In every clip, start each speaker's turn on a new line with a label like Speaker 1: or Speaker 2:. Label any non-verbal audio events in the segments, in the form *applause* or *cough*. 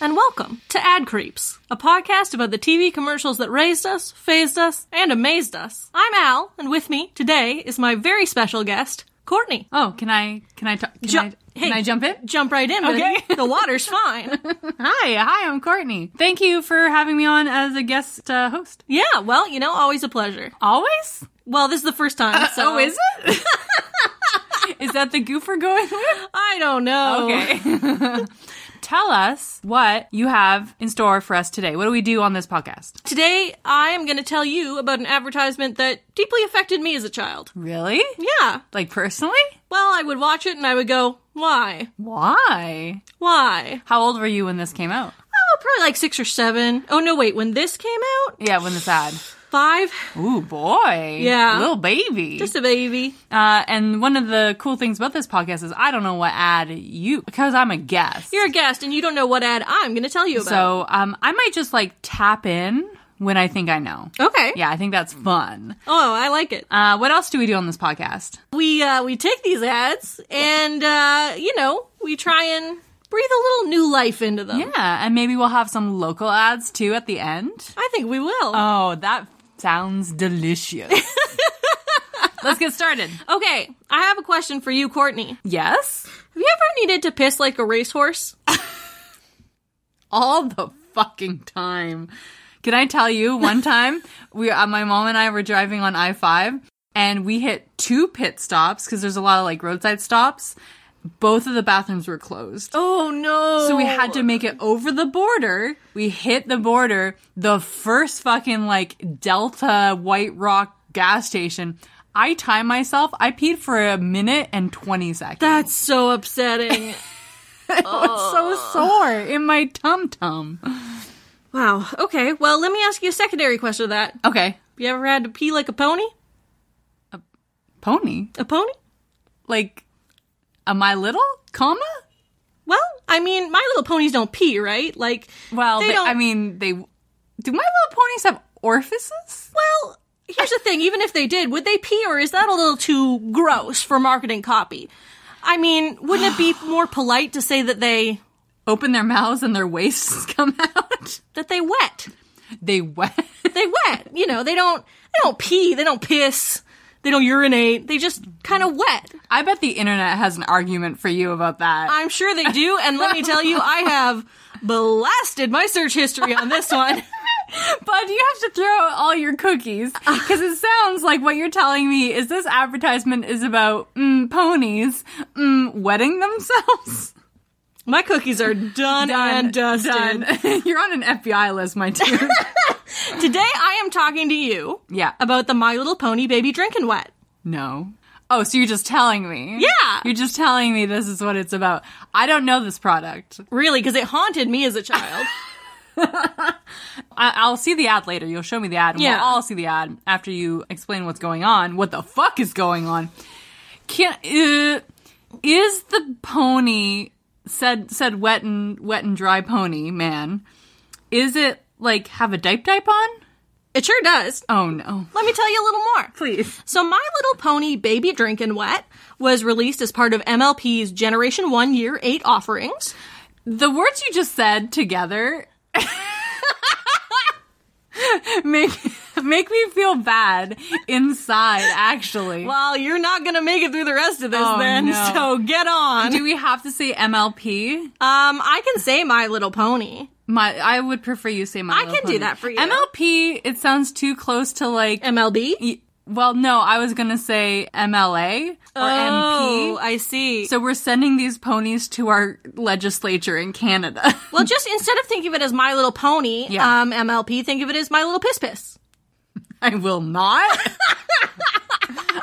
Speaker 1: and welcome to Ad Creeps, a podcast about the TV commercials that raised us, phased us, and amazed us. I'm Al, and with me today is my very special guest, Courtney.
Speaker 2: Oh, can I can I talk? Can,
Speaker 1: Ju-
Speaker 2: I, can I jump in?
Speaker 1: Jump right in. Okay. the water's fine.
Speaker 2: *laughs* Hi, hi, I'm Courtney. Thank you for having me on as a guest uh, host.
Speaker 1: Yeah, well, you know, always a pleasure.
Speaker 2: Always?
Speaker 1: Well, this is the first
Speaker 2: *laughs*
Speaker 1: time, so.
Speaker 2: oh, is it? is that the goof we're going with?
Speaker 1: I don't know.
Speaker 2: *laughs* Okay. *laughs* Tell us what you have in store for us today. What do we do on this podcast?
Speaker 1: Today, I am going to tell you about an advertisement that deeply affected me as a child.
Speaker 2: Really?
Speaker 1: Yeah.
Speaker 2: Like personally?
Speaker 1: Well, I would watch it and I would go, why?
Speaker 2: Why?
Speaker 1: Why?
Speaker 2: How old were you when this came out?
Speaker 1: Oh, probably like six or seven. Oh, no, wait, when this came out?
Speaker 2: Yeah, when this ad.
Speaker 1: Five?
Speaker 2: Ooh, boy.
Speaker 1: Yeah.
Speaker 2: Little baby.
Speaker 1: Just a baby.
Speaker 2: Uh, and one of the cool things about this podcast is I don't know what ad you because I'm a guest.
Speaker 1: You're a guest and you don't know what ad I'm going to tell you about.
Speaker 2: so um, I might just like tap in when I think I know.
Speaker 1: Okay.
Speaker 2: Yeah, I think that's fun.
Speaker 1: Oh, I like it.
Speaker 2: Uh, what else do we do on this podcast?
Speaker 1: We uh, we take these ads and uh, you know we try and breathe a little new life into them.
Speaker 2: Yeah, and maybe we'll have some local ads too at the end.
Speaker 1: I think we will.
Speaker 2: Oh, that
Speaker 1: *laughs*
Speaker 2: sounds delicious. Let's get started.
Speaker 1: okay, I have a question for you, Courtney. Have
Speaker 2: Yes,
Speaker 1: you ever needed to piss like a racehorse?
Speaker 2: all the fucking time. Can I tell you *laughs* one time we uh, my mom and I were driving on I5 and we hit two pit stops cuz there's a lot of like roadside stops. Both of the bathrooms were closed.
Speaker 1: Oh no!
Speaker 2: So we had to make it over the border. We hit the border, the first fucking like Delta White Rock gas station. I timed myself. I peed for a minute and 20 seconds.
Speaker 1: That's so upsetting.
Speaker 2: was so sore in my tum tum.
Speaker 1: wow. Okay. Well, let me ask you a secondary question to that.
Speaker 2: Okay.
Speaker 1: You ever had to pee like a pony?
Speaker 2: Pony.
Speaker 1: A pony?
Speaker 2: like am I little comma
Speaker 1: Well, I mean, My Little Ponies don't pee, right? Like,
Speaker 2: well
Speaker 1: They
Speaker 2: they-
Speaker 1: don't-
Speaker 2: I mean they do my little ponies have orifices
Speaker 1: well, here's the thing: even if they did, would they pee, or is that a little too gross for marketing copy? I mean, wouldn't it be more polite to say that they
Speaker 2: open their mouths and their waists *laughs* come out
Speaker 1: that they wet?
Speaker 2: they wet
Speaker 1: They wet. *laughs* You know, they don't they don't pee, they don't piss, they don't urinate. They just kind of wet.
Speaker 2: I bet the internet has an argument for you about that
Speaker 1: I'm sure they do, and let me tell you, I have blasted my search history on this one.
Speaker 2: but you have to throw out all your cookies because it sounds like what you're telling me is this advertisement is about mm, ponies mm, wetting themselves
Speaker 1: My cookies are done, *laughs* and dusted.
Speaker 2: done. *laughs* you're on an FBI list
Speaker 1: *laughs*
Speaker 2: my dude
Speaker 1: Today, I am talking to you
Speaker 2: yeah
Speaker 1: about the My Little Pony baby drinking wet.
Speaker 2: No. Oh, so you're just telling me?
Speaker 1: Yeah.
Speaker 2: You're just telling me this is what it's about. I don't know this product.
Speaker 1: Really, because it haunted me as a child.
Speaker 2: I- I'll see the ad later. You'll show me the ad, and
Speaker 1: Yeah.
Speaker 2: we'll all see the ad after you explain what's going on. What the fuck is going on? Can uh, is the pony said said wet and wet and dry pony man? Is it like have a diaper diaper on?
Speaker 1: it sure does.
Speaker 2: Oh no!
Speaker 1: Let me tell you a little more.
Speaker 2: Please.
Speaker 1: So, My Little Pony Baby Drinkin' Wet was released as part of MLP's Generation 1 Year 8 offerings.
Speaker 2: The words you just said together *laughs* make make me feel bad inside. Actually,
Speaker 1: Well, you're not going to make it through the rest of this
Speaker 2: Oh,
Speaker 1: then,
Speaker 2: no.
Speaker 1: so get on. Um,
Speaker 2: do we have to say MLP?
Speaker 1: I can say My Little Pony.
Speaker 2: My, I would prefer you say my.
Speaker 1: I
Speaker 2: Little
Speaker 1: can do
Speaker 2: Pony.
Speaker 1: that for you.
Speaker 2: MLP. It sounds too close to like.
Speaker 1: MLB?
Speaker 2: y- well, no, I was gonna say MLA or
Speaker 1: Oh,
Speaker 2: MP.
Speaker 1: I see.
Speaker 2: So we're sending these ponies to our legislature in Canada. *laughs*
Speaker 1: well, just instead of thinking of it as My Little Pony,
Speaker 2: Yeah.
Speaker 1: um, MLP, think of it as My Little Piss Piss.
Speaker 2: I will not. *laughs*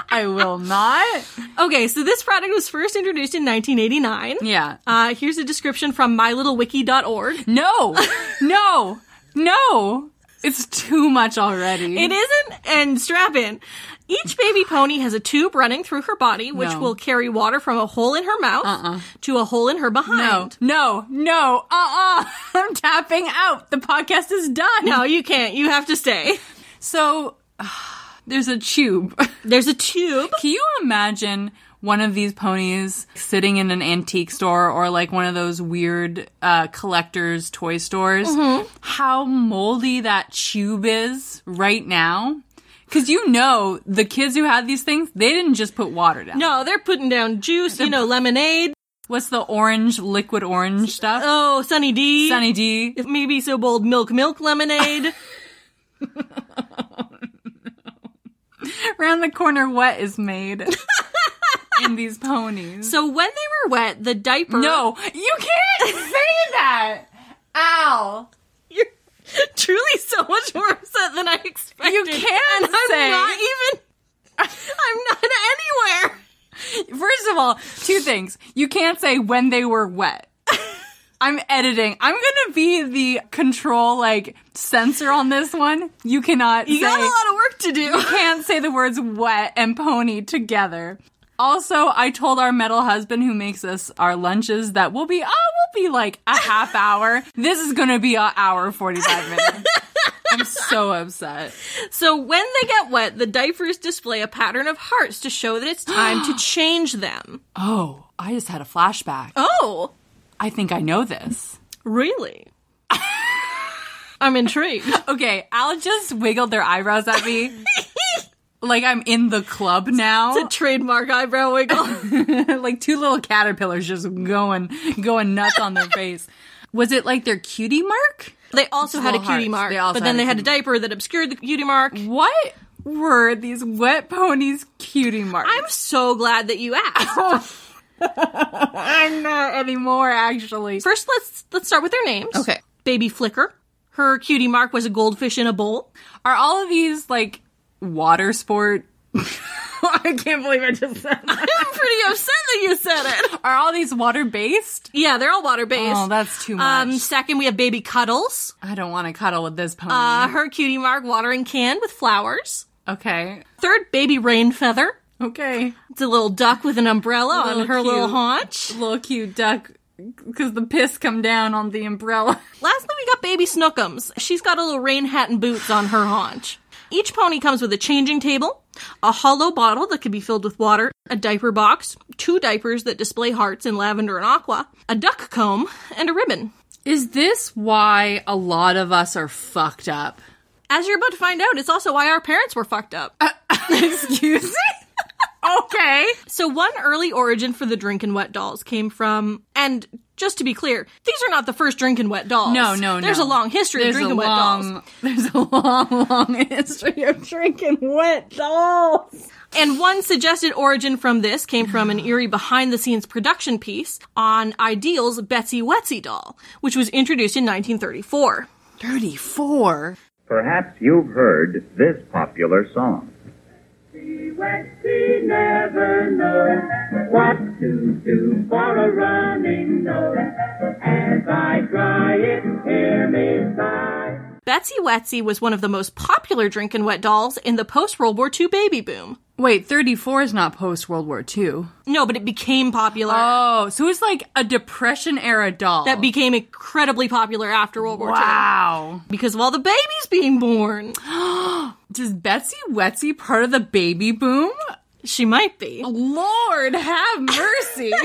Speaker 2: I will not.
Speaker 1: Okay, so this product was first introduced in 1989.
Speaker 2: Yeah.
Speaker 1: Uh, here's a description from
Speaker 2: Mm-hmm.
Speaker 1: mylittlewiki.org. *laughs*
Speaker 2: No, no, no. It's too much already.
Speaker 1: It isn't, and strap in. Each baby pony has a tube running through her body, which
Speaker 2: No. Uh-uh.
Speaker 1: will carry water from a hole in her mouth to a hole in her
Speaker 2: No,
Speaker 1: behind.
Speaker 2: no, no. Uh uh-uh. *laughs* uh. i am tapping out. The podcast is done.
Speaker 1: No, you can't. You have to
Speaker 2: *laughs*
Speaker 1: stay.
Speaker 2: So *sighs* there's a tube. *laughs*
Speaker 1: There's a tube.
Speaker 2: Can you imagine one of these ponies sitting in an antique store or like one of those weird uh, collectors toy stores,
Speaker 1: Mm-hmm.
Speaker 2: how moldy that tube is right now. Because you know, the kids who had these things, they didn't just put water down.
Speaker 1: No, they're putting down juice, you know, lemonade.
Speaker 2: What's the orange, liquid orange stuff?
Speaker 1: Oh, Sunny D.
Speaker 2: Sunny D. *laughs*
Speaker 1: If maybe so bold, milk, milk, lemonade.
Speaker 2: Around the corner, what is *laughs* made in these ponies?
Speaker 1: so when they were wet, the diaper.
Speaker 2: No, you *laughs* can't say that. Ow.
Speaker 1: *laughs* You're truly so much more upset than I expected.
Speaker 2: You can
Speaker 1: I'm
Speaker 2: say.
Speaker 1: not even. I'm not anywhere.
Speaker 2: First of all, two things. You can't say when they were *laughs* wet. I'm editing. I'm gonna be the control like censor on this one. You cannot
Speaker 1: You
Speaker 2: say
Speaker 1: got a lot of work to
Speaker 2: you
Speaker 1: do.
Speaker 2: can't say the words wet and pony together. Also, I told our metal husband who makes us our lunches that we'll be oh we'll be like a half hour. This is gonna be an hour forty five minutes. I'm so upset.
Speaker 1: So when they get wet, the diapers display a pattern of hearts to show that it's time *gasps* to change them.
Speaker 2: Oh, I just had a flashback.
Speaker 1: Oh,
Speaker 2: I think I know this.
Speaker 1: *laughs* really? I'm intrigued.
Speaker 2: Okay, Al just wiggled their eyebrows at me. like I'm in the club now.
Speaker 1: The trademark eyebrow wiggle.
Speaker 2: *laughs* like two little caterpillars just going going nuts on their face. Was it like their cutie mark?
Speaker 1: *laughs* They also had a
Speaker 2: Little
Speaker 1: cutie
Speaker 2: hearts.
Speaker 1: mark, Mm.
Speaker 2: They also
Speaker 1: but then
Speaker 2: had a
Speaker 1: they had a
Speaker 2: cutie
Speaker 1: diaper that obscured the cutie mark.
Speaker 2: What were these wet ponies cutie marks?
Speaker 1: I'm so glad that you asked.
Speaker 2: I'm not anymore actually.
Speaker 1: First, let's let's start with their names.
Speaker 2: Okay.
Speaker 1: Baby Flicker. Her cutie mark was a goldfish in a bowl.
Speaker 2: Are all of these like water sport? *laughs* I can't believe I just said. that.
Speaker 1: I'm pretty upset that you said it.
Speaker 2: Are all these water based?
Speaker 1: Yeah, they're all water based.
Speaker 2: Oh, that's too much.
Speaker 1: um, second, we have Baby Cuddles.
Speaker 2: I don't want to cuddle with this pony.
Speaker 1: Uh, her cutie mark, watering can with flowers.
Speaker 2: okay.
Speaker 1: Third, Baby Rain Feather.
Speaker 2: Okay.
Speaker 1: It's a little duck with an umbrella
Speaker 2: Little
Speaker 1: on her little
Speaker 2: cute.
Speaker 1: haunch.
Speaker 2: little cute duck because the piss come down on the umbrella.
Speaker 1: Lastly, we got Baby Snookums. She's got a little rain hat and boots on her haunch. Each pony comes with a changing table, a hollow bottle that can be filled with water, a diaper box, two diapers that display hearts in lavender and aqua, a duck comb, and a ribbon.
Speaker 2: Is this why a lot of us are fucked up?
Speaker 1: As you're about to find out, it's also why our parents were fucked up.
Speaker 2: *laughs* Excuse me? okay.
Speaker 1: so, one early origin for the Drink and Wet dolls came from, and just to be clear, these are not the first Drink and Wet dolls.
Speaker 2: No, no, no.
Speaker 1: There's a long history
Speaker 2: There's
Speaker 1: of Drink
Speaker 2: a
Speaker 1: and Wet dolls.
Speaker 2: long, *laughs* there's a long, long history of drinking wet dolls.
Speaker 1: And one suggested origin from this came from an eerie behind the scenes production piece on Ideal's Betsy Wetsy doll, which was introduced in 1934.
Speaker 2: Thirty-four.
Speaker 3: Perhaps you've heard this popular song.
Speaker 4: He never knows what to do for a running nose. As I try it, hear me sigh.
Speaker 1: Betsy Wetsy was one of the most popular drink and wet dolls in the post World War II baby boom.
Speaker 2: Wait, thirty-four is not post World War II.
Speaker 1: No, but it became popular.
Speaker 2: Oh, so it's like a Depression era doll.
Speaker 1: that became incredibly popular after World War II
Speaker 2: wow.
Speaker 1: because of all the babies being born.
Speaker 2: Does Betsy Wetsy part of the baby boom?
Speaker 1: She might
Speaker 2: Oh.
Speaker 1: be.
Speaker 2: Lord have mercy.
Speaker 1: *laughs*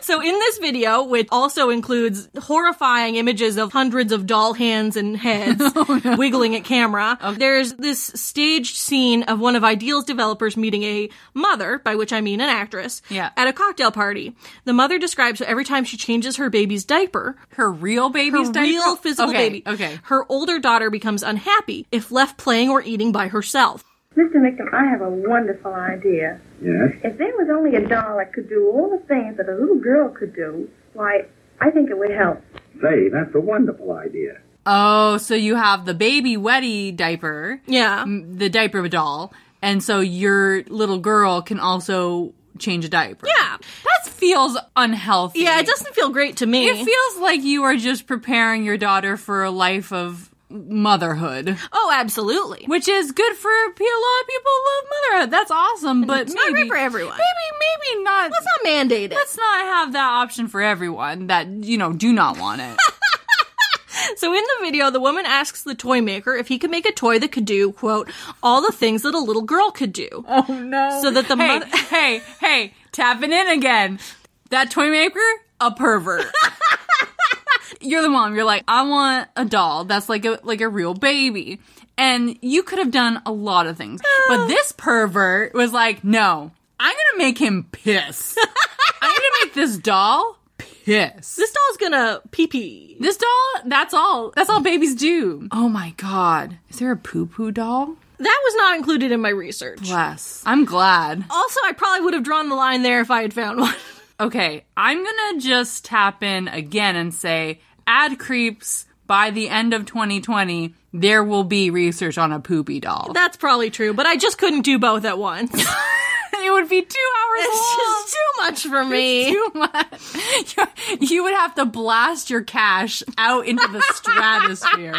Speaker 1: So in this video, which also includes horrifying images of hundreds of doll hands and
Speaker 2: *laughs*
Speaker 1: heads
Speaker 2: Oh,
Speaker 1: wiggling at camera, there's this staged scene of one of Ideal's developers meeting a mother, by which I mean an actress,
Speaker 2: Yeah.
Speaker 1: at a cocktail party. The mother describes how every time she changes her baby's diaper,
Speaker 2: her real baby's
Speaker 1: her
Speaker 2: diaper?
Speaker 1: real physical
Speaker 2: okay,
Speaker 1: baby,
Speaker 2: Okay.
Speaker 1: her older daughter becomes unhappy if left playing or eating by herself.
Speaker 5: Mr. Nickam, I have a wonderful idea.
Speaker 3: Yes?
Speaker 5: If there was only a doll that could do all the things that a little girl could do, why, I think it would help.
Speaker 3: Say, that's a wonderful idea.
Speaker 2: Oh, so you have the baby wetty diaper,
Speaker 1: Yeah.
Speaker 2: the diaper doll, and so your little girl can also change a diaper.
Speaker 1: Yeah.
Speaker 2: That feels unhealthy.
Speaker 1: Yeah, it doesn't feel great to me.
Speaker 2: It feels like you are just preparing your daughter for a life of motherhood,
Speaker 1: oh, absolutely.
Speaker 2: which is good for a lot of people who love motherhood. That's awesome, but
Speaker 1: It's not
Speaker 2: maybe
Speaker 1: great for everyone.
Speaker 2: Maybe maybe not.
Speaker 1: Let's not mandate it.
Speaker 2: let's not have that option for everyone that you know do not want it.
Speaker 1: So in the video, the woman asks the toy maker if he could make a toy that could do, quote, all the things that a little girl could do.
Speaker 2: Oh no!
Speaker 1: So that the
Speaker 2: hey, *laughs*
Speaker 1: mother-
Speaker 2: hey, hey, tapping in again. That toy maker, a pervert. *laughs* You're the mom. You're like, I want a doll that's like a like a real baby, and you could have done a lot of things. But this pervert was like, no, I'm gonna make him piss. I'm gonna make this doll piss.
Speaker 1: This doll's gonna pee pee.
Speaker 2: This doll, that's all. That's all babies do. Oh my god. Is there a poo poo doll?
Speaker 1: That was not included in my research.
Speaker 2: Bless. I'm glad.
Speaker 1: Also, I probably would have drawn the line there if I had found one. *laughs*
Speaker 2: Okay, I'm gonna just tap in again and say ad creeps by the end of 2020. There will be research on a poopy *laughs* doll.
Speaker 1: That's probably true, but I just couldn't do both at once. *laughs*
Speaker 2: it would be two hours
Speaker 1: it's
Speaker 2: long.
Speaker 1: just too much for me.
Speaker 2: too much. You- *laughs* You would have to blast your cash out into the *laughs* stratosphere.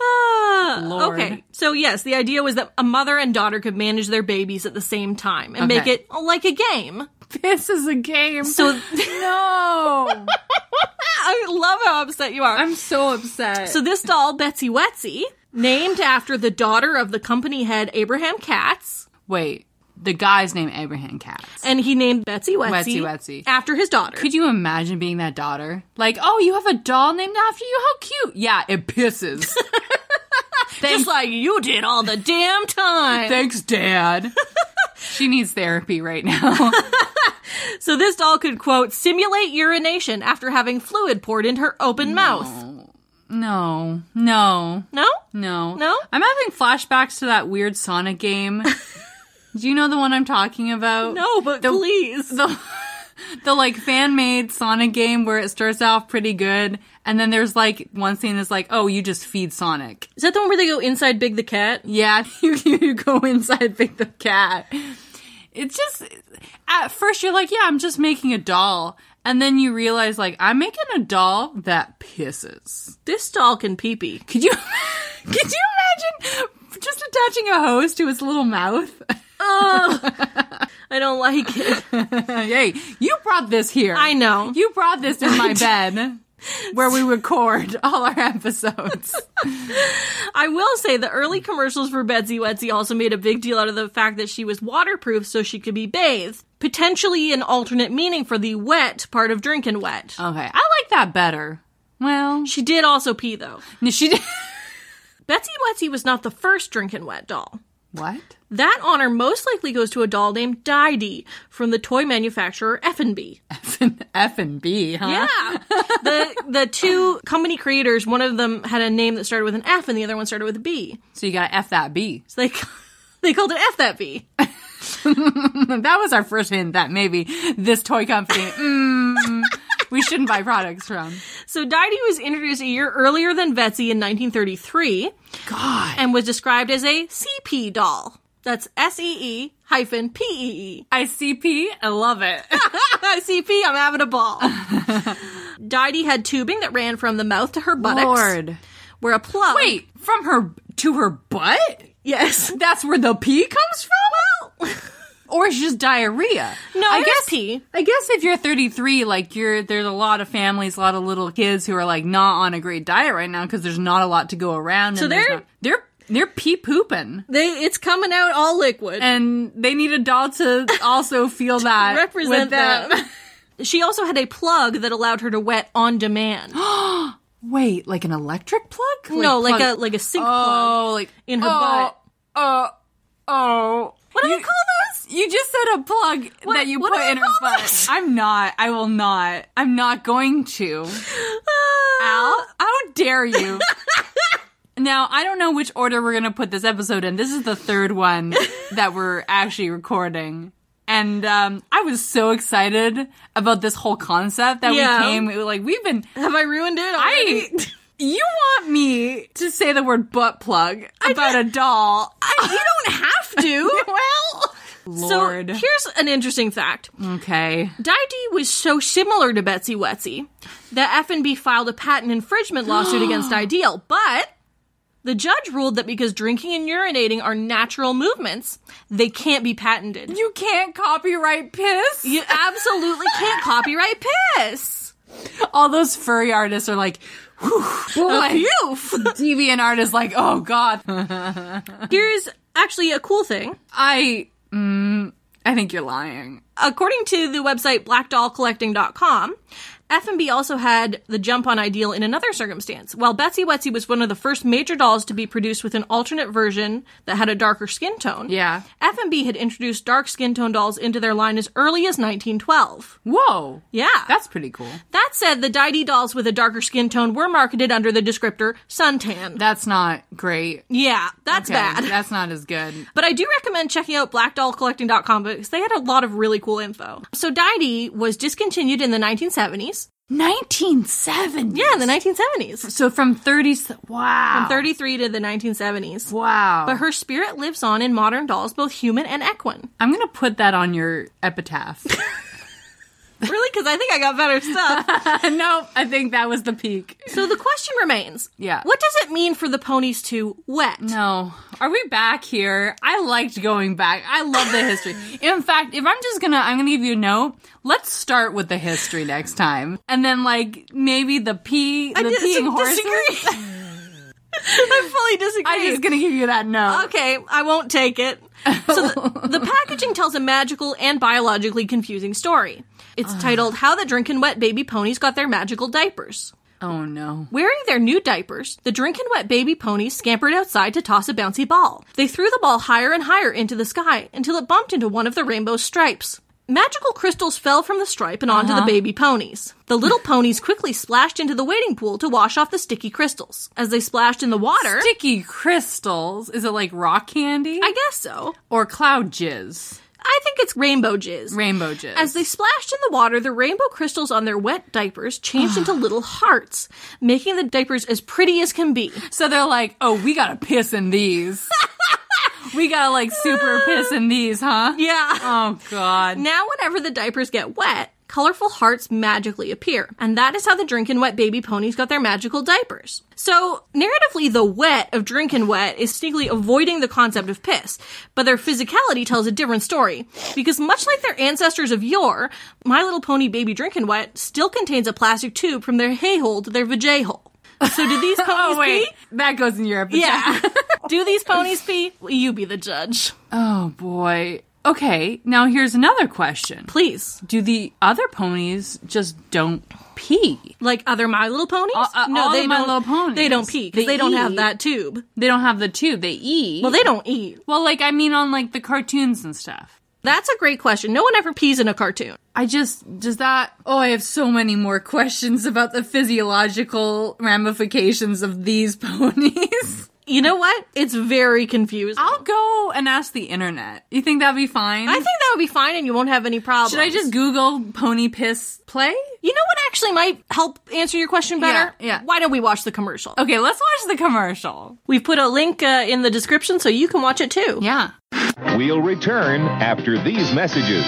Speaker 1: Ah,
Speaker 2: Lord.
Speaker 1: Okay, so yes, the idea was that a mother and daughter could manage their babies at the same time and make
Speaker 2: Okay.
Speaker 1: it like a game.
Speaker 2: This is a game. *laughs*
Speaker 1: So
Speaker 2: no,
Speaker 1: I love how upset you are.
Speaker 2: I'm so upset.
Speaker 1: So this doll, Betsy Wetsy, named after the daughter of the company head Abraham Katz,
Speaker 2: wait, the guy's name Abraham Katz.
Speaker 1: and he named Betsy Wetsy,
Speaker 2: Wetsy Wetsy.
Speaker 1: after his daughter.
Speaker 2: Could you imagine being that daughter? Like, oh, you have a doll named after you? How cute. Yeah, it pisses.
Speaker 1: Just like you did all the damn time.
Speaker 2: Thanks, Dad. *laughs* she needs therapy right now.
Speaker 1: so this doll could quote simulate urination after having fluid poured into her open mouth.
Speaker 2: No,
Speaker 1: No,
Speaker 2: no, no.
Speaker 1: No?
Speaker 2: I'm having flashbacks to that weird Sonic game. Do you know the one I'm talking about?
Speaker 1: no, but please.
Speaker 2: the the like fan made Sonic game where it starts off pretty good, and then there's like one scene that's like, oh, you just feed Sonic.
Speaker 1: Is that the one where they go inside Big the Cat?
Speaker 2: Yeah, *laughs* you, you go inside Big the Cat. It's just, at first you're like, yeah, I'm just making a doll. And then you realize, like, I'm making a doll that pisses.
Speaker 1: This doll can pee pee.
Speaker 2: Could you, *laughs* could you imagine just attaching a hose to its little mouth? *laughs*
Speaker 1: I don't like it.
Speaker 2: hey, you brought this here.
Speaker 1: I know.
Speaker 2: You brought this
Speaker 1: *laughs*
Speaker 2: in my bed where we record all
Speaker 1: *laughs*
Speaker 2: our episodes.
Speaker 1: I will say the early commercials for Betsy Wetsy also made a big deal out of the fact that she was waterproof so she could be bathed. Potentially an alternate meaning for the wet part of drinking wet.
Speaker 2: okay, I like that better. Well,
Speaker 1: She did also pee though.
Speaker 2: she did.
Speaker 1: Betsy Wetsy was not the first drinking wet doll.
Speaker 2: What? *laughs*
Speaker 1: That honor most likely goes to a doll named Didi from the toy manufacturer F&B.
Speaker 2: F and, F and B, huh?
Speaker 1: Yeah. the the two company creators, one of them had a name that started with an F and the other one started with a B.
Speaker 2: So you gotta F that B.
Speaker 1: So they *laughs* they called it F that B.
Speaker 2: That was our first hint that maybe this toy company, *laughs* mm, we shouldn't buy products from.
Speaker 1: So Didi was introduced a year earlier than Betsy in 1933
Speaker 2: God.
Speaker 1: and was described as a CP doll. That's S E E hyphen P E E.
Speaker 2: ICP, I
Speaker 1: *laughs*
Speaker 2: love it.
Speaker 1: CP, I'm having a
Speaker 2: *laughs*
Speaker 1: ball. Didi had tubing that ran from the mouth to her buttocks, where a plug.
Speaker 2: Wait, from her to her butt? *laughs*
Speaker 1: yes,
Speaker 2: That's where the pee comes from? *laughs* or it's just diarrhea.
Speaker 1: no,
Speaker 2: I
Speaker 1: it was
Speaker 2: guess
Speaker 1: pee.
Speaker 2: I guess if you're 33, like you're, there's a lot of families, a lot of little kids who are like not on a great diet right now because there's not a lot to go around. So
Speaker 1: they're-
Speaker 2: they're they're pee pooping,
Speaker 1: They, it's coming out all liquid.
Speaker 2: and they need a doll to
Speaker 1: *laughs*
Speaker 2: also feel that
Speaker 1: represent
Speaker 2: with them.
Speaker 1: them. *laughs* she also had a plug that allowed her to wet on
Speaker 2: *gasps*
Speaker 1: demand.
Speaker 2: *laughs* Wait, like an electric plug?
Speaker 1: no, like
Speaker 2: plug-
Speaker 1: a like a sink plug.
Speaker 2: oh, like
Speaker 1: in her
Speaker 2: oh,
Speaker 1: butt.
Speaker 2: Oh, oh. What
Speaker 1: do
Speaker 2: you,
Speaker 1: I call
Speaker 2: those? You just said a plug that you
Speaker 1: what do
Speaker 2: put
Speaker 1: I
Speaker 2: in her
Speaker 1: call
Speaker 2: butt.
Speaker 1: those?
Speaker 2: I'm not. I will not. I'm not going to. Al, how dare you? now, I don't know which order we're going to put this episode in. This is the third one that we're actually recording. And um, I was so excited about this whole concept that
Speaker 1: Yeah.
Speaker 2: we came. it was Like we've been,
Speaker 1: *laughs* Have I ruined it?
Speaker 2: I.
Speaker 1: Already?
Speaker 2: *laughs* You want me to say the word butt plug about a doll? I,
Speaker 1: you don't have to. well,
Speaker 2: Lord.
Speaker 1: So here's an interesting fact.
Speaker 2: okay.
Speaker 1: Didi was so similar to Betsy Wetsy that F&B filed a patent infringement lawsuit against Ideal, but the judge ruled that because drinking and urinating are natural movements, they can't be patented.
Speaker 2: You can't copyright piss.
Speaker 1: You absolutely can't copyright piss.
Speaker 2: All those furry artists are like,
Speaker 1: Oh,
Speaker 2: Boy,
Speaker 1: Phew.
Speaker 2: *laughs* deviant art is like, oh god.
Speaker 1: Here's actually a cool thing.
Speaker 2: I, mm, I think you're lying.
Speaker 1: According to the website blackdollcollecting.com, F&B also had the jump on Ideal in another circumstance. While Betsy Wetsy was one of the first major dolls to be produced with an alternate version that had a darker skin tone,
Speaker 2: Yeah.
Speaker 1: F&B had introduced dark skin tone dolls into their line as early as 1912.
Speaker 2: Whoa.
Speaker 1: Yeah.
Speaker 2: That's pretty cool.
Speaker 1: that said, the Didi dolls with a darker skin tone were marketed under the descriptor suntan.
Speaker 2: That's not great.
Speaker 1: yeah, that's
Speaker 2: Okay,
Speaker 1: bad.
Speaker 2: *laughs* That's not as good.
Speaker 1: But I do recommend checking out blackdollcollecting.com because they had a lot of really cool info. So Didi was discontinued in the 1970s.
Speaker 2: 1970.
Speaker 1: Yeah, in the 1970s.
Speaker 2: So from 30s. Wow.
Speaker 1: From 33 to the 1970s.
Speaker 2: Wow.
Speaker 1: But her spirit lives on in modern dolls, both human and equine.
Speaker 2: I'm gonna put that on your epitaph.
Speaker 1: Really? Because I think I got better
Speaker 2: *laughs*
Speaker 1: stuff.
Speaker 2: *laughs* no, I think that was the peak.
Speaker 1: so the question remains.
Speaker 2: Yeah.
Speaker 1: What does it mean for the ponies to wet?
Speaker 2: No. Are we back here? I liked going back. I love the *laughs* history. In fact, if I'm just gonna, I'm gonna give you a note. Let's start with the history next time, and then like maybe the pee, the
Speaker 1: I dis- *laughs*
Speaker 2: peeing horses. *laughs*
Speaker 1: disagree. I fully disagree.
Speaker 2: I'm just gonna give you that note.
Speaker 1: okay, I won't take it. So the,
Speaker 2: *laughs*
Speaker 1: the packaging tells a magical and biologically confusing story. It's titled How the Drinkin' Wet Baby Ponies Got Their Magical Diapers.
Speaker 2: Oh no.
Speaker 1: Wearing their new diapers, the Drinkin' Wet Baby Ponies scampered outside to toss a bouncy ball. They threw the ball higher and higher into the sky until it bumped into one of the rainbow stripes. Magical crystals fell from the stripe and onto
Speaker 2: Uh-huh.
Speaker 1: the baby ponies. The little ponies quickly splashed into the wading pool to wash off the sticky crystals. As they splashed in the water,
Speaker 2: Sticky crystals. Is it like rock candy
Speaker 1: I guess so.
Speaker 2: or cloud jizz?
Speaker 1: I think it's rainbow jizz.
Speaker 2: Rainbow jizz.
Speaker 1: As they splashed in the water, the rainbow crystals on their wet diapers
Speaker 2: *sighs*
Speaker 1: changed into little hearts, making the diapers as pretty as can be.
Speaker 2: So they're like, oh, we gotta piss in
Speaker 1: *laughs*
Speaker 2: these. we gotta like super piss in these, huh?
Speaker 1: *laughs* Yeah.
Speaker 2: Oh god.
Speaker 1: Now, whenever the diapers get wet, colorful hearts magically appear. And that is how the Drinkin' Wet baby ponies got their magical diapers. So, narratively, the wet of Drinkin' Wet is sneakily avoiding the concept of piss, but their physicality tells a different story. Because much like their ancestors of yore, My Little Pony Baby Drinkin' Wet still contains a plastic tube from their hay hole to their vajay hole. So, do these ponies
Speaker 2: *laughs* Oh wait,
Speaker 1: pee?
Speaker 2: that goes in Europe. *laughs*
Speaker 1: Yeah. do these ponies pee? You be the judge.
Speaker 2: Oh boy. Okay, now here's another question.
Speaker 1: Please.
Speaker 2: Do the other ponies just don't pee?
Speaker 1: like other My Little Ponies.
Speaker 2: Uh, uh, all
Speaker 1: they
Speaker 2: of My
Speaker 1: don't.
Speaker 2: Little Ponies.
Speaker 1: They don't pee because
Speaker 2: They
Speaker 1: they, don't have
Speaker 2: eat.
Speaker 1: that tube.
Speaker 2: They don't have the tube. They eat.
Speaker 1: Well, they don't eat.
Speaker 2: well, like I mean, on like the cartoons and stuff.
Speaker 1: That's a great question. No one ever pees in a cartoon.
Speaker 2: I just does that. Oh, I have so many more questions about the physiological ramifications of these *laughs* ponies.
Speaker 1: You know what? It's very confusing. i
Speaker 2: I'll go and ask the internet. You think that'd be fine?
Speaker 1: think that would be fine, and you won't have any problems.
Speaker 2: Should I just Google pony piss play?
Speaker 1: You know what actually might help answer your question better?
Speaker 2: Yeah, yeah.
Speaker 1: Why don't we watch the commercial?
Speaker 2: Okay, let's watch the commercial.
Speaker 1: We've put a link uh, in the description so you can watch it too.
Speaker 2: Yeah.
Speaker 6: We'll return after these messages.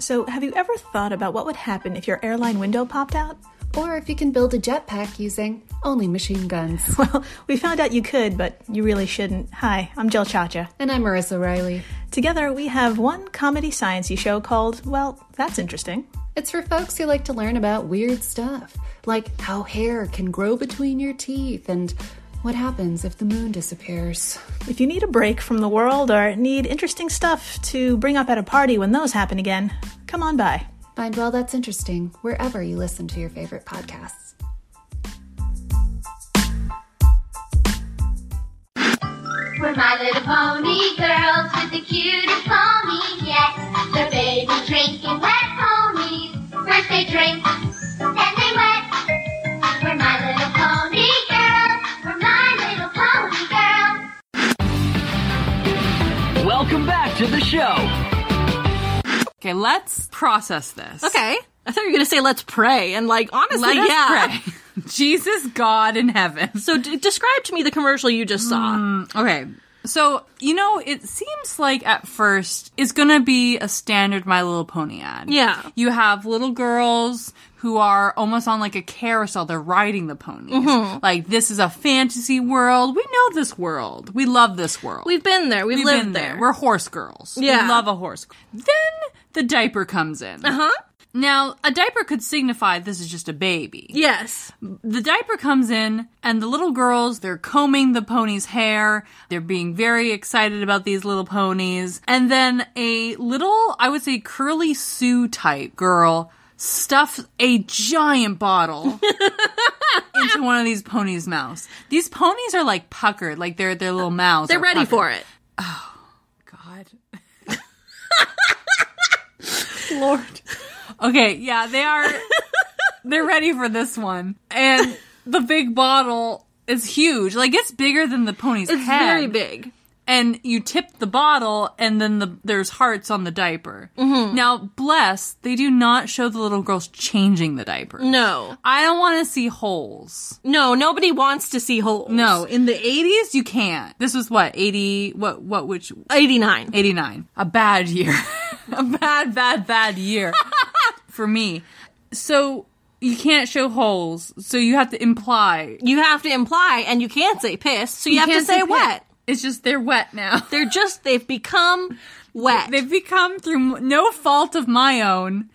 Speaker 7: So, have you ever thought about what would happen if your airline window popped out? *laughs*
Speaker 8: or if you can build a jetpack using only machine guns.
Speaker 7: Well, we found out you could, but you really shouldn't. Hi, I'm Jill Chacha.
Speaker 8: And I'm Marissa Riley.
Speaker 7: Together, we have one comedy sciencey show called, well, that's interesting.
Speaker 8: It's for folks who like to learn about weird stuff, like how hair can grow between your teeth and what happens if the moon disappears.
Speaker 7: If you need a break from the world or need interesting stuff to bring up at a party when those happen again, come on by.
Speaker 8: Find Well That's Interesting wherever you listen to your favorite podcasts.
Speaker 9: We're My Little Pony girls with the cutest ponies yet. They're baby drinking wet ponies. First they drink, then they wet. We're My Little Pony girls. We're My Little Pony girls.
Speaker 10: Welcome back to the show.
Speaker 2: Okay, let's process this.
Speaker 1: Okay. I thought you were going to say let's pray, and like honestly,
Speaker 2: Let us
Speaker 1: yeah.
Speaker 2: pray.
Speaker 1: *laughs*
Speaker 2: Jesus, God in heaven.
Speaker 1: So d- describe to me the commercial you just saw.
Speaker 2: Okay. So, you know, it seems like at first it's going to be a standard My Little Pony ad.
Speaker 1: Yeah.
Speaker 2: You have little girls who are almost on like a carousel. They're riding the ponies.
Speaker 1: Mm-hmm.
Speaker 2: Like, this is a fantasy world. We know this world. We love this world.
Speaker 1: We've been there. We've,
Speaker 2: We've
Speaker 1: lived
Speaker 2: been
Speaker 1: there.
Speaker 2: We're horse girls.
Speaker 1: Yeah. Uh-huh.
Speaker 2: We love a horse. Then the diaper comes in. Uh huh. Now, a diaper could signify this is just a baby.
Speaker 1: Yes.
Speaker 2: The diaper comes in, and the little girls, they're combing the pony's hair. They're being very excited about these little ponies. And then a little, I would say, curly Sue type girl stuffs a
Speaker 1: *laughs*
Speaker 2: giant bottle into one of these ponies' mouths. These ponies are like puckered, like their their little mouths.
Speaker 1: They're
Speaker 2: are
Speaker 1: ready
Speaker 2: puckered.
Speaker 1: for it.
Speaker 2: God. *laughs* Lord. Okay, yeah, they are they're ready for this one. And the big bottle is huge. Like it's bigger than the pony's
Speaker 1: It's
Speaker 2: head.
Speaker 1: very big.
Speaker 2: And you tip the bottle and then the there's hearts on the diaper.
Speaker 1: Mm-hmm.
Speaker 2: Now, bless, they do not show the little girls changing the diaper.
Speaker 1: No.
Speaker 2: I don't want to see holes.
Speaker 1: No, nobody wants to see holes.
Speaker 2: No, in the 80s you can't. This was what, 80 what what which
Speaker 1: 89.
Speaker 2: 89. A bad year. *laughs* a bad, bad,
Speaker 1: *laughs*
Speaker 2: bad year for me. So you can't show holes. So you have to imply.
Speaker 1: You have to imply, and you can't say piss, so you, have to
Speaker 2: can't
Speaker 1: say
Speaker 2: pit.
Speaker 1: wet.
Speaker 2: It's just they're wet now.
Speaker 1: They're just, they've become wet.
Speaker 2: *laughs* They've become, through m- no fault of
Speaker 1: *laughs*
Speaker 2: my own,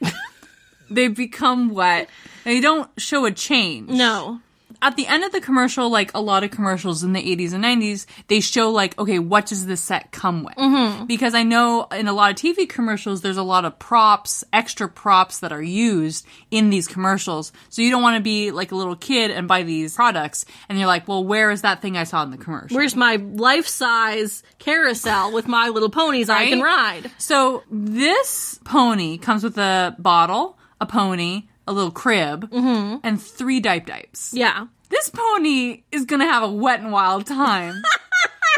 Speaker 2: they've become wet. They don't show a change.
Speaker 1: no.
Speaker 2: At the end of the commercial, like a lot of commercials in the 80s and 90s, they show, like, okay, what does this set come with?
Speaker 1: Mm-hmm.
Speaker 2: Because I know in a lot of TV commercials, there's a lot of props, extra props that are used in these commercials. So you don't want to be like a little kid and buy these products and you're like, well, where is that thing I saw in the commercial?
Speaker 1: Where's my life size carousel with my little ponies I can
Speaker 2: Right?
Speaker 1: ride?
Speaker 2: So this pony comes with a bottle, a pony, a little crib,
Speaker 1: Mm-hmm.
Speaker 2: and three dipe dipes.
Speaker 1: Yeah.
Speaker 2: this pony is gonna have a wet and wild time.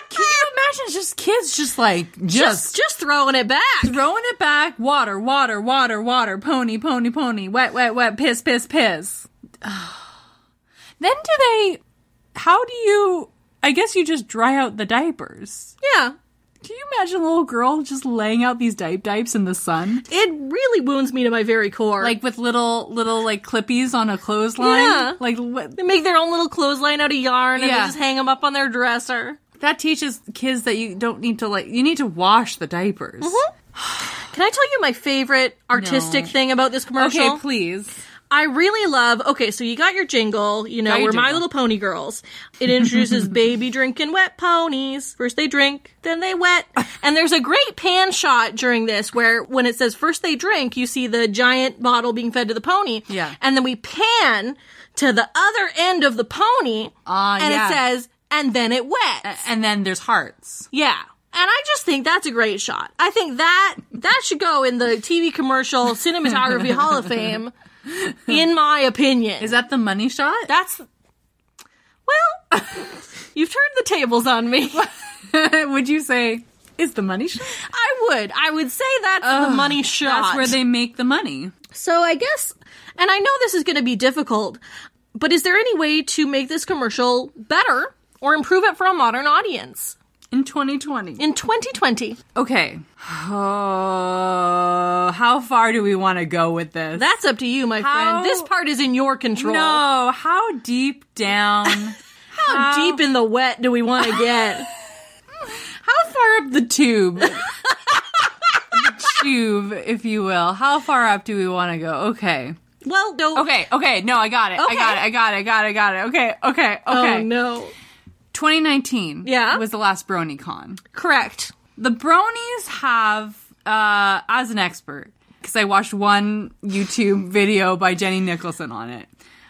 Speaker 2: Can you imagine It's just kids just like
Speaker 1: Just,
Speaker 2: just,
Speaker 1: just throwing it back.
Speaker 2: throwing it back? Water, water, water, water, pony, pony, pony, wet, wet, wet, piss, piss, piss. *sighs* then do they how do you I guess you just dry out the diapers.
Speaker 1: Yeah.
Speaker 2: Can you imagine a little girl just laying out these dipe dipes in the sun?
Speaker 1: It really wounds me to my very core.
Speaker 2: Like with little little like clippies on a clothesline?
Speaker 1: Yeah.
Speaker 2: Like what
Speaker 1: they make their own little clothesline out of yarn and they
Speaker 2: Yeah.
Speaker 1: just hang them up on their dresser.
Speaker 2: that teaches kids that you don't need to like you need to wash the diapers.
Speaker 1: Can I tell you my favorite artistic
Speaker 2: No.
Speaker 1: thing about this commercial?
Speaker 2: Okay, please.
Speaker 1: I really love. Okay, so you got your jingle. You know,
Speaker 2: Got your
Speaker 1: we're My
Speaker 2: jingle.
Speaker 1: Little Pony girls. It
Speaker 2: *laughs*
Speaker 1: introduces baby drinking wet ponies. First they drink, then they wet. And there's a great pan shot during this where when it says first they drink, you see the giant bottle being fed to the pony.
Speaker 2: Yeah.
Speaker 1: And then we pan to the other end of the pony.
Speaker 2: Ah,
Speaker 1: and
Speaker 2: yeah.
Speaker 1: it says, and then it wets.
Speaker 2: And then there's hearts.
Speaker 1: Yeah. And I just think that's a great shot. I think that that should go in the TV
Speaker 2: *laughs*
Speaker 1: commercial cinematography hall of fame in my opinion.
Speaker 2: Is that the money shot?
Speaker 1: that's well, *laughs* you've turned the tables on
Speaker 2: *laughs*
Speaker 1: me.
Speaker 2: Would you say is the money shot?
Speaker 1: I would. I would say that's the money shot.
Speaker 2: That's where they make the money.
Speaker 1: So I guess and I know this is going to be difficult, but is there any way to make this commercial better or improve it for a modern audience
Speaker 2: In 2020.
Speaker 1: in 2020?
Speaker 2: Okay. *sighs* Oh, how far do we want to go with this?
Speaker 1: That's up to you, my
Speaker 2: How-
Speaker 1: friend. This part is in your control.
Speaker 2: no, how deep *laughs* down?
Speaker 1: How
Speaker 2: How-
Speaker 1: deep in the wet do we *laughs* want to get?
Speaker 2: how far up the tube? *laughs* the tube, if you will. How far up do we want to go? Okay.
Speaker 1: well, no.
Speaker 2: Okay, okay. No, I got it. I got it. I got it. I got it. I got it. Okay, okay, okay.
Speaker 1: Oh, no.
Speaker 2: 2019
Speaker 1: Yeah?
Speaker 2: was the last BronyCon.
Speaker 1: Correct.
Speaker 2: The bronies have, uh, as an expert, because I watched one YouTube *laughs* video by Jenny Nicholson on it,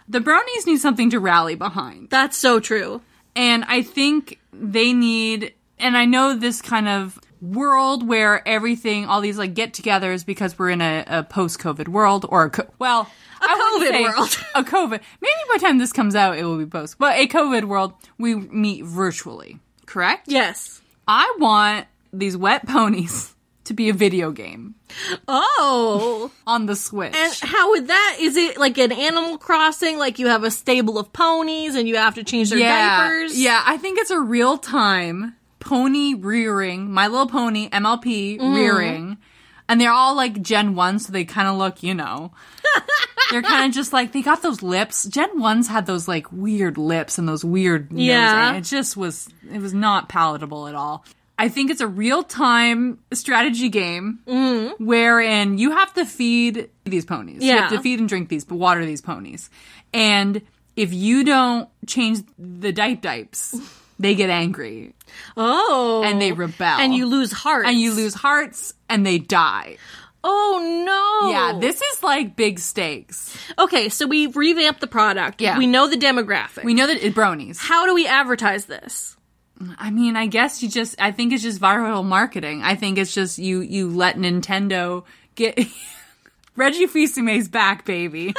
Speaker 2: the bronies need something to rally behind.
Speaker 1: That's so true.
Speaker 2: And I think they need, and I know this kind of world where everything, all these like get togethers because we're in a, a post COVID world or a, co- well, a
Speaker 1: COVID world.
Speaker 2: *laughs* a COVID. Maybe by the time this comes out, it will be post, but a COVID world, we meet virtually, correct?
Speaker 1: Yes.
Speaker 2: I want these wet ponies to be a video game
Speaker 1: Oh.
Speaker 2: on the Switch.
Speaker 1: and how would that? Is it like an Animal Crossing? Like you have a stable of ponies and you have to change their
Speaker 2: yeah,
Speaker 1: diapers?
Speaker 2: yeah, I think it's a real time pony rearing, My Little Pony MLP
Speaker 1: Mm-hmm.
Speaker 2: rearing, and they're all like Gen One, so they kind of look,
Speaker 1: *laughs*
Speaker 2: you know, they're kind of just like they got those lips. Gen Ones had those like weird lips and those weird
Speaker 1: Yeah.
Speaker 2: nose, and it just was it was not palatable at all. I think it's a real time strategy game wherein you have to feed these ponies. You have
Speaker 1: Yeah.
Speaker 2: to feed and drink these, but water these ponies. And if you don't change the dipe dipes, they get angry
Speaker 1: Oh.
Speaker 2: and they rebel.
Speaker 1: And you lose hearts.
Speaker 2: And you lose hearts and they die.
Speaker 1: Oh no.
Speaker 2: Yeah, this is like big stakes.
Speaker 1: Okay, so we revamped the product.
Speaker 2: Yeah.
Speaker 1: We know the demographic.
Speaker 2: We know that it bronies.
Speaker 1: How do we advertise this?
Speaker 2: I mean, I guess you just I think it's just viral marketing. I think it's just you you let Nintendo get *laughs* Reggie Fils-Aimé's back, baby.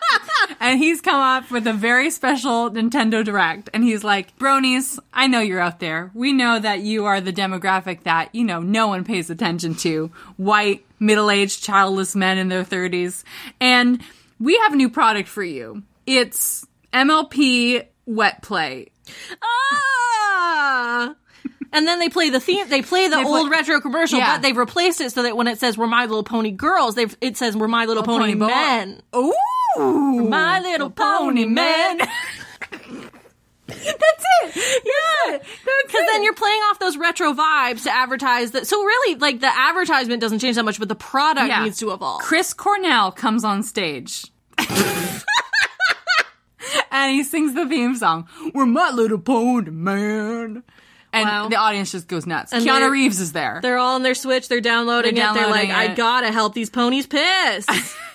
Speaker 2: *laughs* and he's come up with a very special Nintendo Direct and he's like, "Bronies, I know you're out there. We know that you are the demographic that, you know, no one pays attention to. White, middle-aged, childless men in their 30s. And we have a new product for you. It's MLP Wet Play."
Speaker 1: Ah! And then they play the theme. They play the old retro commercial,
Speaker 2: Yeah.
Speaker 1: but they've replaced it so that when it says "We're My Little Pony Girls," they've it says "We're My Little Pony,
Speaker 2: Oh, Pony Oh, Boy."
Speaker 1: Men."
Speaker 2: Ooh,
Speaker 1: My Little Pony Men. *laughs*
Speaker 2: *laughs* That's it. Yeah,
Speaker 1: Because then you're playing off those retro vibes to advertise that. So really, like the advertisement doesn't change that much, but the product
Speaker 2: Yeah.
Speaker 1: needs to evolve.
Speaker 2: Chris Cornell comes on stage.
Speaker 1: *laughs*
Speaker 2: and he sings the theme song. We're my little pony man. And
Speaker 1: Wow.
Speaker 2: the audience just goes nuts.
Speaker 1: And
Speaker 2: Keanu
Speaker 1: they're-
Speaker 2: Reeves is there.
Speaker 1: They're all on their Switch. They're downloading
Speaker 2: They're
Speaker 1: it. They're like,
Speaker 2: downloading
Speaker 1: I
Speaker 2: it.
Speaker 1: gotta help these ponies
Speaker 2: *laughs*
Speaker 1: piss.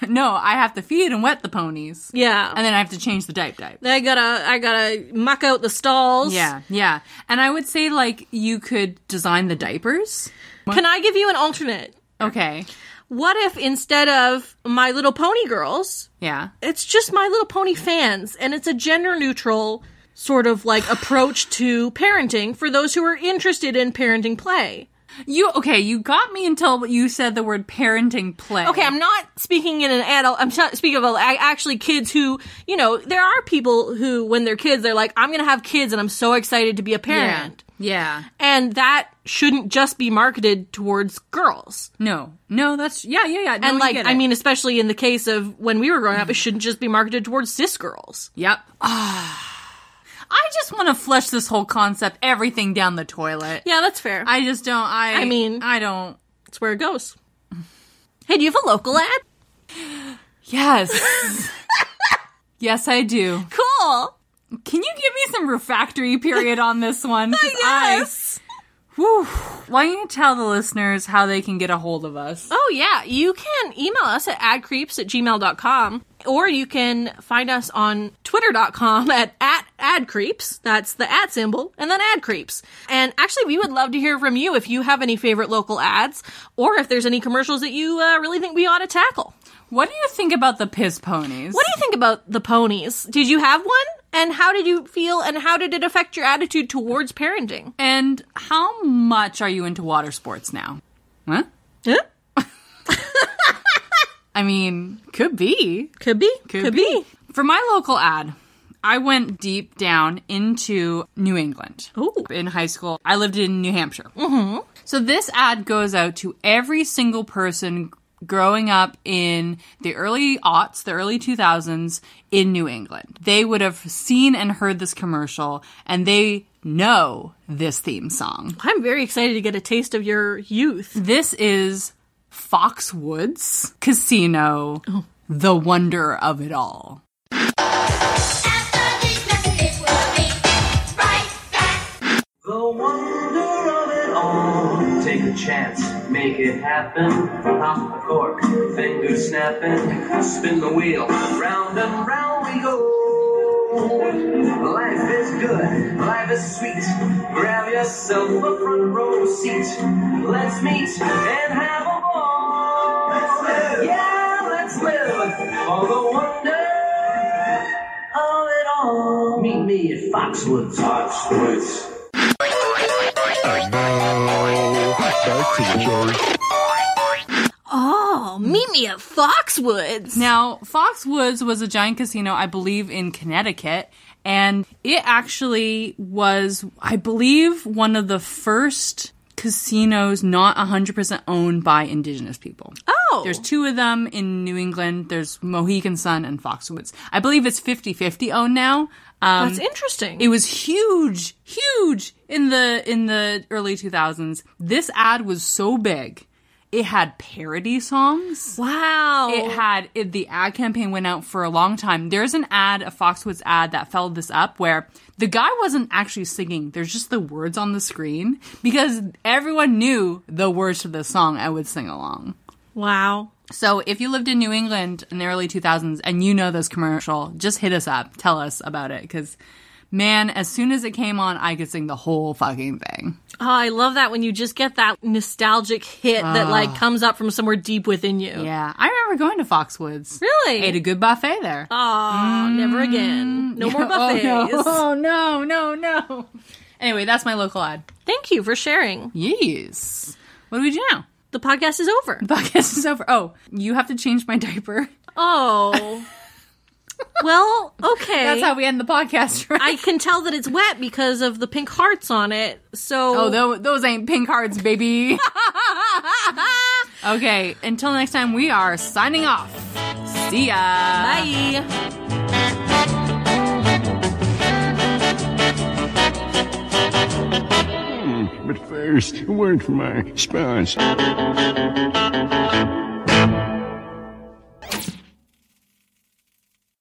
Speaker 2: No, I have to feed and wet the ponies.
Speaker 1: yeah.
Speaker 2: And then I have to change the diaper diaper.
Speaker 1: I gotta, I gotta muck out the stalls.
Speaker 2: Yeah, yeah. And I would say like you could design the diapers.
Speaker 1: Can I give you an alternate?
Speaker 2: Okay.
Speaker 1: What if instead of My Little Pony girls,
Speaker 2: Yeah.
Speaker 1: it's just My Little Pony fans, and it's a gender neutral sort of like approach to parenting for those who are interested in parenting play.
Speaker 2: You okay? You got me until you said the word parenting play.
Speaker 1: Okay, I'm not speaking in an adult. I'm not speaking of like, actually kids who, you know, there are people who, when they're kids, they're like, "I'm gonna have kids, and I'm so excited to be a
Speaker 2: yeah.
Speaker 1: parent."
Speaker 2: yeah.
Speaker 1: And that shouldn't just be marketed towards girls.
Speaker 2: No, no, that's yeah, yeah, yeah. No,
Speaker 1: and
Speaker 2: you
Speaker 1: like
Speaker 2: get
Speaker 1: I
Speaker 2: it.
Speaker 1: mean, especially in the case of when we were growing up, it shouldn't just be marketed towards cis girls.
Speaker 2: yep. *sighs* I just want to flush this whole concept, everything down the toilet.
Speaker 1: Yeah, that's fair.
Speaker 2: I just don't. I.
Speaker 1: I mean-
Speaker 2: I don't.
Speaker 1: That's where it goes. Hey, do you have a local ad?
Speaker 2: *laughs* Yes. yes, I do.
Speaker 1: Cool.
Speaker 2: Can you give me some refractory period on this *laughs* one? 'Cause I-
Speaker 1: Yes.
Speaker 2: Whew. Why don't you tell the listeners how they can get a hold of us?
Speaker 1: Oh yeah, you can email us at adcreeps at gmail.com or you can find us on twitter.com at, at adcreeps. That's the at symbol and then adcreeps. And actually, we would love to hear from you if you have any favorite local ads or if there's any commercials that you uh, really think we ought to tackle.
Speaker 2: What do you think about the piss ponies?
Speaker 1: What do you think about the ponies? Did you have one? And how did you feel? And how did it affect your attitude towards parenting?
Speaker 2: And how much are you into water sports now? Huh?
Speaker 1: Huh?
Speaker 2: *laughs* I mean, could be.
Speaker 1: Could be. Could, be.
Speaker 2: For my local ad, I went deep down into New England.
Speaker 1: Ooh.
Speaker 2: In high school, I lived in New Hampshire. Mm-hmm. So this ad goes out to every single person growing up in the early aughts, the early 2000s in New England. They would have seen and heard this commercial and they know this theme song.
Speaker 1: I'm very excited to get a taste of your youth.
Speaker 2: This is Foxwoods Casino,
Speaker 1: Oh.
Speaker 2: the wonder of it all.
Speaker 9: After these messages, we'll be right back.
Speaker 10: The wonder of it all. Take a chance, make it happen. Pop the cork, fingers snapping. Spin the wheel, round and round we go. Life is good, life is sweet. Grab yourself a front row seat. Let's meet and have a ball. Yeah, let's live for the wonder of it all. Meet me at Foxwoods. Foxwoods.
Speaker 1: Oh, meet me at Foxwoods.
Speaker 2: Now, Foxwoods was a giant casino, I believe, in Connecticut, and it actually was, I believe, one of the first casinos not 100% owned by indigenous people.
Speaker 1: Oh.
Speaker 2: There's two of them in New England. There's Mohegan Sun and Foxwoods. I believe it's 50-50 owned now. Um,
Speaker 1: That's interesting.
Speaker 2: It was huge, huge in the in the early 2000s. This ad was so big. It had parody songs.
Speaker 1: wow.
Speaker 2: It had it, the ad campaign went out for a long time. There's an ad, a Foxwoods ad that followed this up where the guy wasn't actually singing. There's just the words on the screen because everyone knew the words to the song. I would sing along.
Speaker 1: wow.
Speaker 2: So if you lived in New England in the early 2000s and you know this commercial, just hit us up. Tell us about it because, man, as soon as it came on, I could sing the whole fucking thing.
Speaker 1: Oh, I love that when you just get that nostalgic hit that like comes up from somewhere deep within you.
Speaker 2: Yeah, I remember going to Foxwoods.
Speaker 1: Really?
Speaker 2: Ate a good buffet there.
Speaker 1: Aw, never again. Mm. No *laughs* more buffets.
Speaker 2: *laughs* Oh no.
Speaker 1: *laughs*
Speaker 2: oh no, no, no. Anyway, that's my local ad.
Speaker 1: Thank you for sharing.
Speaker 2: Yes. What do we do now?
Speaker 1: The podcast is over.
Speaker 2: Podcast is over. Oh, you have to change my diaper.
Speaker 1: *laughs* Oh. well, okay.
Speaker 2: That's how we end the podcast, right?
Speaker 1: I can tell that it's wet because of the pink hearts on it. So *laughs*
Speaker 2: oh, tho- those ain't pink cards, *laughs* baby. okay, until next time, we are signing off. See ya.
Speaker 1: bye.
Speaker 11: But first, a word from our sponsor.